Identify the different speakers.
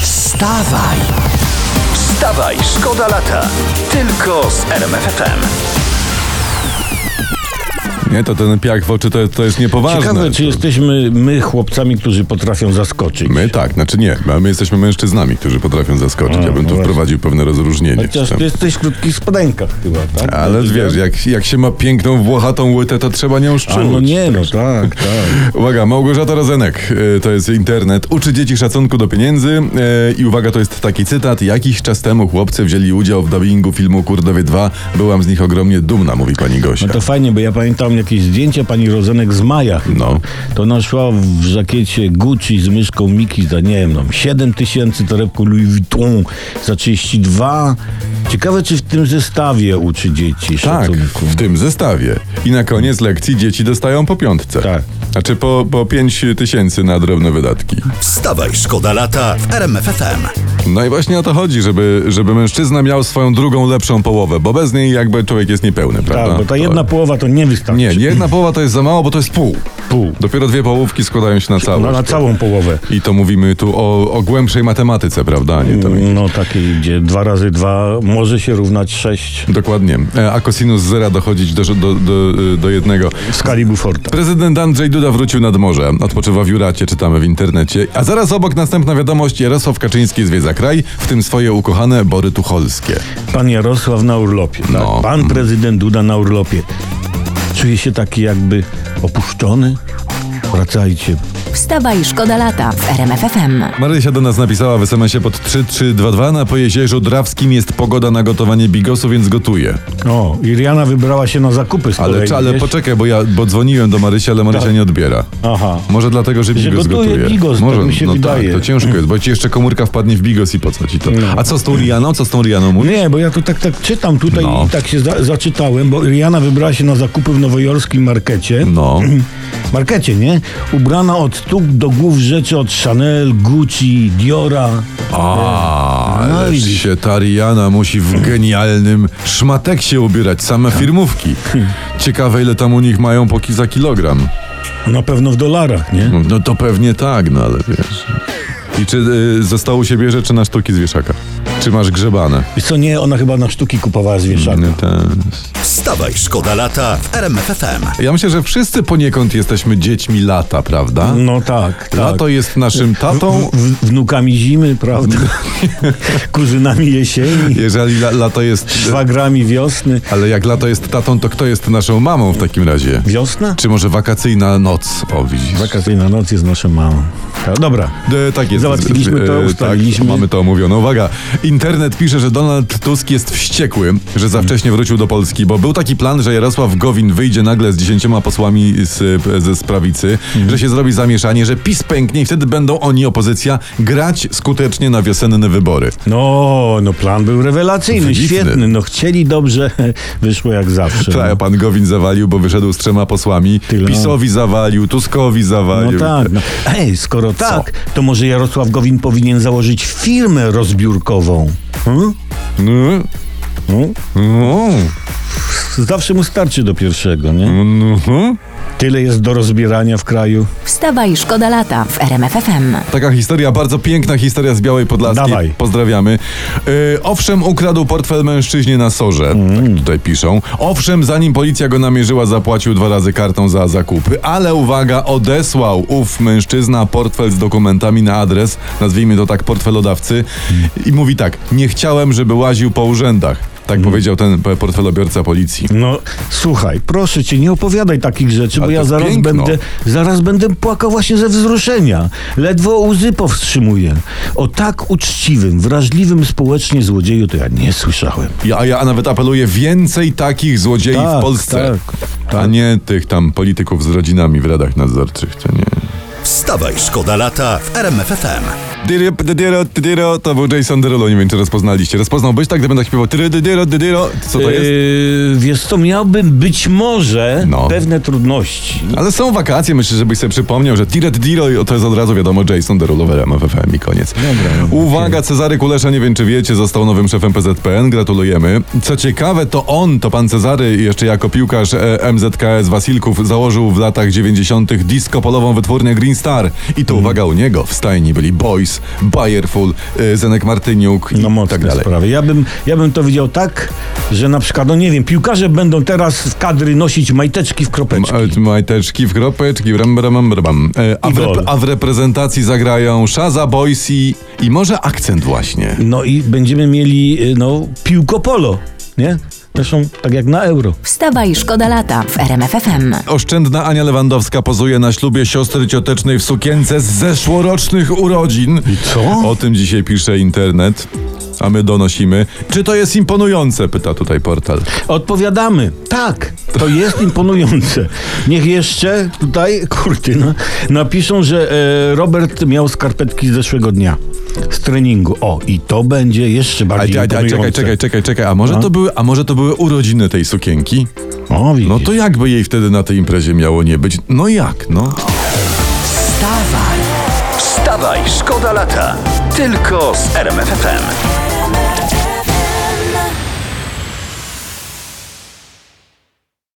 Speaker 1: Wstawaj! Wstawaj, szkoda lata. Tylko z RMFFM.
Speaker 2: Nie, to ten piach w oczy to, to jest niepoważne.
Speaker 3: Ciekawe, czy
Speaker 2: To-
Speaker 3: jesteśmy my chłopcami, którzy potrafią zaskoczyć.
Speaker 2: My tak, znaczy nie, a my jesteśmy mężczyznami, którzy potrafią zaskoczyć. Ja bym tu
Speaker 3: no właśnie.
Speaker 2: wprowadził pewne rozróżnienie.
Speaker 3: Chociaż
Speaker 2: Tam-
Speaker 3: ty jesteś w krótkich spodenkach chyba, tak?
Speaker 2: Ale
Speaker 3: Znaczy,
Speaker 2: wiesz, jak, jak się ma piękną, włochatą łytę, to trzeba nią
Speaker 3: A no
Speaker 2: szczuć.
Speaker 3: nie, no tak, tak.
Speaker 2: Uwaga, Małgorzata Rozenek, y, to jest internet, uczy dzieci szacunku do pieniędzy y, i uwaga, to jest taki cytat. Jakiś czas temu chłopcy wzięli udział w dubbingu filmu Kurdowie 2. Byłam z nich ogromnie dumna, mówi pani Gosia.
Speaker 3: No to fajnie, bo ja pamiętam jakieś zdjęcie pani Rozenek z Maja. chyba.
Speaker 2: No.
Speaker 3: To ona szła w żakiecie Gucci z myszką Miki za, nie wiem, no, 7 tysięcy torebką Louis Vuitton za 32. Ciekawe, czy w tym zestawie uczy
Speaker 2: Tak,
Speaker 3: dzieci szacunku.
Speaker 2: w tym zestawie. I na koniec lekcji dzieci dostają po piątce.
Speaker 3: Tak.
Speaker 2: Znaczy po, po 5 tysięcy na drobne wydatki.
Speaker 1: Wstawaj, szkoda lata w RMFFM.
Speaker 2: No i właśnie o to chodzi, żeby, żeby mężczyzna miał swoją drugą, lepszą połowę, bo bez niej jakby człowiek jest niepełny, prawda?
Speaker 3: Tak, bo ta
Speaker 2: To-
Speaker 3: jedna połowa to nie wystarczy.
Speaker 2: Nie, nie, jedna połowa to jest za mało, bo to jest pół.
Speaker 3: Pół.
Speaker 2: Dopiero dwie połówki składają się na
Speaker 3: No,
Speaker 2: całość.
Speaker 3: na całą połowę.
Speaker 2: I to mówimy tu o, o głębszej matematyce, prawda? Nie, to...
Speaker 3: No takiej, gdzie dwa razy dwa może się równać sześć
Speaker 2: Dokładnie. E, A kosinus zera dochodzić do, do, do, do jednego.
Speaker 3: w skali Buforta.
Speaker 2: Prezydent Andrzej Duda wrócił nad morze. Odpoczywa w Juracie, czytamy w internecie. A zaraz obok następna wiadomość. Jarosław Kaczyński zwiedza kraj, w tym swoje ukochane Bory Tucholskie.
Speaker 3: Pan Jarosław na urlopie. Tak?
Speaker 2: No.
Speaker 3: Pan prezydent Duda na urlopie. Czuje się taki jakby opuszczony? Wracajcie.
Speaker 4: Wstawaj, szkoda lata w RMFFM.
Speaker 2: Marysia do nas napisała w SMS-ie pod 3322. Na Pojezierzu Drawskim jest pogoda na gotowanie bigosu, więc gotuję.
Speaker 3: O, Iriana wybrała się na zakupy z
Speaker 2: Ale,
Speaker 3: kolei,
Speaker 2: czy, ale
Speaker 3: wiesz?
Speaker 2: poczekaj, bo ja bo dzwoniłem do Marysia, ale Marysia
Speaker 3: Tak.
Speaker 2: nie odbiera.
Speaker 3: Aha.
Speaker 2: Może dlatego, że bigos
Speaker 3: gotuje
Speaker 2: gotuje.
Speaker 3: bigos,
Speaker 2: Może,
Speaker 3: tak mi się
Speaker 2: no
Speaker 3: wydaje. No.
Speaker 2: tak, to ciężko jest, bo ci jeszcze komórka wpadnie w bigos i po co ci to? A co z tą Rianą? Co z tą Rianą mówi?
Speaker 3: Nie, bo ja to tak, tak czytam tutaj
Speaker 2: No.
Speaker 3: i tak się za, zaczytałem, bo Iriana wybrała się na zakupy w nowojorskim markecie.
Speaker 2: No.
Speaker 3: markecie, nie? Ubrana od stóp do głów rzeczy od Chanel, Gucci, Diora.
Speaker 2: A,
Speaker 3: No
Speaker 2: ależ
Speaker 3: i-
Speaker 2: się ta Rihanna musi w genialnym szmateksie ubierać, same
Speaker 3: Tak.
Speaker 2: firmówki. Ciekawe ile tam u nich mają po ki- za kilogram.
Speaker 3: Na pewno w dolarach, nie?
Speaker 2: No to pewnie tak, no ale wiesz. I czy y, zostało się bierze, czy na sztuki z wieszaka? Czy masz grzebane?
Speaker 3: Wiesz co, nie, ona chyba na sztuki kupowała zwierzaka.
Speaker 2: No ten...
Speaker 1: Wstawaj, szkoda lata w RMFFM.
Speaker 2: Ja myślę, że wszyscy poniekąd jesteśmy dziećmi lata, prawda?
Speaker 3: No tak, tak.
Speaker 2: Lato jest naszym tatą.
Speaker 3: W, w, wnukami zimy, prawda?
Speaker 2: No
Speaker 3: Kuzynami jesieni,
Speaker 2: Jeżeli la, lato jest.
Speaker 3: szwagrami wiosny.
Speaker 2: Ale jak lato jest tatą, to kto jest naszą mamą w takim razie?
Speaker 3: Wiosna?
Speaker 2: Czy może wakacyjna noc? O, widzisz.
Speaker 3: Wakacyjna noc jest naszą małą. Tak, dobra.
Speaker 2: E, tak jest.
Speaker 3: Załatwiliśmy to,
Speaker 2: E,
Speaker 3: ustaliliśmy.
Speaker 2: Tak, mamy to omówione. Uwaga, internet pisze, że Donald Tusk jest wściekły, że
Speaker 3: Mhm.
Speaker 2: za wcześnie wrócił do Polski, bo był taki plan, że Jarosław Gowin wyjdzie nagle z dziesięcioma posłami z, ze z prawicy,
Speaker 3: Mhm.
Speaker 2: że się zrobi zamieszanie, że PiS pęknie i wtedy będą oni, opozycja, grać skutecznie na wiosenne wybory.
Speaker 3: No, no plan był rewelacyjny,
Speaker 2: Wybitny.
Speaker 3: świetny. No chcieli dobrze, wyszło jak zawsze. no.
Speaker 2: Ta, pan Gowin zawalił, bo wyszedł z trzema posłami.
Speaker 3: Tyle.
Speaker 2: PiSowi zawalił, Tuskowi
Speaker 3: No
Speaker 2: zawalił.
Speaker 3: tak. No. Ej, skoro tak, to może Jarosław Gowin powinien założyć firmę rozbiórkową. Hmm?
Speaker 2: No,
Speaker 3: No,
Speaker 2: no,
Speaker 3: zawsze mu starczy do pierwszego, nie?
Speaker 2: no, no.
Speaker 3: Tyle jest do rozbierania w kraju.
Speaker 4: Wstawaj, szkoda lata w RMFFM.
Speaker 2: Taka historia, bardzo piękna historia z Białej Podlaskiej.
Speaker 3: Dawaj.
Speaker 2: Pozdrawiamy. Yy, owszem, ukradł portfel mężczyźnie na sorze.
Speaker 3: Mm.
Speaker 2: Tak tutaj piszą. Owszem, zanim policja go namierzyła, zapłacił dwa razy kartą za zakupy. Ale uwaga, odesłał ów mężczyzna portfel z dokumentami na adres, nazwijmy to tak portfelodawcy,
Speaker 3: Mm.
Speaker 2: i mówi tak, nie chciałem, żeby łaził po urzędach. Tak
Speaker 3: Mm.
Speaker 2: powiedział ten p- portfelobiorca policji.
Speaker 3: No, słuchaj, proszę cię, nie opowiadaj takich
Speaker 2: Ale
Speaker 3: rzeczy, bo
Speaker 2: to
Speaker 3: ja
Speaker 2: jest
Speaker 3: zaraz
Speaker 2: piękno.
Speaker 3: będę, zaraz będę płakał właśnie ze wzruszenia. Ledwo łzy powstrzymuję. O tak uczciwym, wrażliwym społecznie złodzieju to ja nie słyszałem.
Speaker 2: Ja, ja nawet apeluję więcej takich złodziei w
Speaker 3: Tak,
Speaker 2: Polsce.
Speaker 3: tak,
Speaker 2: A nie tych tam polityków z rodzinami w radach nadzorczych, to nie.
Speaker 1: Wstawaj, szkoda lata w RMFFM.
Speaker 2: Dyry, dydyro, dydyro, to był Jason Derulo, nie wiem czy rozpoznaliście. Rozpoznałbyś tak, gdybym tak śpiewał dyry, dydyro, dydyro, co to jest?
Speaker 3: Yy, wiesz co, miałbym być może
Speaker 2: No.
Speaker 3: pewne trudności.
Speaker 2: Ale są wakacje, myślę, żebyś sobie przypomniał, że Tiret Diro to jest od razu wiadomo Jason Derulo w RMFFM i koniec.
Speaker 3: Dobra. no,
Speaker 2: Uwaga, Cezary Kulesza, nie wiem czy wiecie, został nowym szefem PZPN, gratulujemy. Co ciekawe, to on, to pan Cezary, jeszcze jako piłkarz e, MZKS Wasilków,
Speaker 3: Mm.
Speaker 2: założył w latach 90. disco polową wytwórnię Green Star. I to uwaga u niego, w stajni byli Boys, Fix, Bayerful, y, Zenek Martyniuk i
Speaker 3: No mocne
Speaker 2: tak dalej.
Speaker 3: sprawy. Ja bym, ja bym to widział tak, że na przykład, no nie wiem, piłkarze będą teraz z kadry nosić majteczki w kropeczki.
Speaker 2: M- Majteczki w kropeczki, bram, bram, bram, bram. E, A, w
Speaker 3: I gol.
Speaker 2: rep- a w reprezentacji zagrają Shaza, Boys i, i może akcent właśnie.
Speaker 3: No i będziemy mieli, y, no, piłko polo, nie? Zresztą tak jak na euro.
Speaker 4: Wstawa i szkoda lata w RMFFM.
Speaker 2: Oszczędna Ania Lewandowska pozuje na ślubie siostry ciotecznej w sukience z zeszłorocznych urodzin. I
Speaker 3: co?
Speaker 2: O tym dzisiaj pisze internet, a my donosimy. Czy to jest imponujące? Pyta tutaj portal.
Speaker 3: Odpowiadamy. Tak, to jest imponujące. Niech jeszcze tutaj, kurtyna, napiszą, że e, Robert miał skarpetki z zeszłego dnia z treningu. O, i to będzie jeszcze
Speaker 2: A, a,
Speaker 3: bardziej
Speaker 2: a,
Speaker 3: imponujące. No.
Speaker 2: czekaj, czekaj, czekaj, czekaj. A może,
Speaker 3: A?
Speaker 2: to były, a może to były urodziny tej sukienki?
Speaker 3: O, widzisz.
Speaker 2: No to jakby jej wtedy na tej imprezie miało nie być? No jak, no?
Speaker 1: Wstawaj! Wstawaj, szkoda lata! Tylko z RMFFM.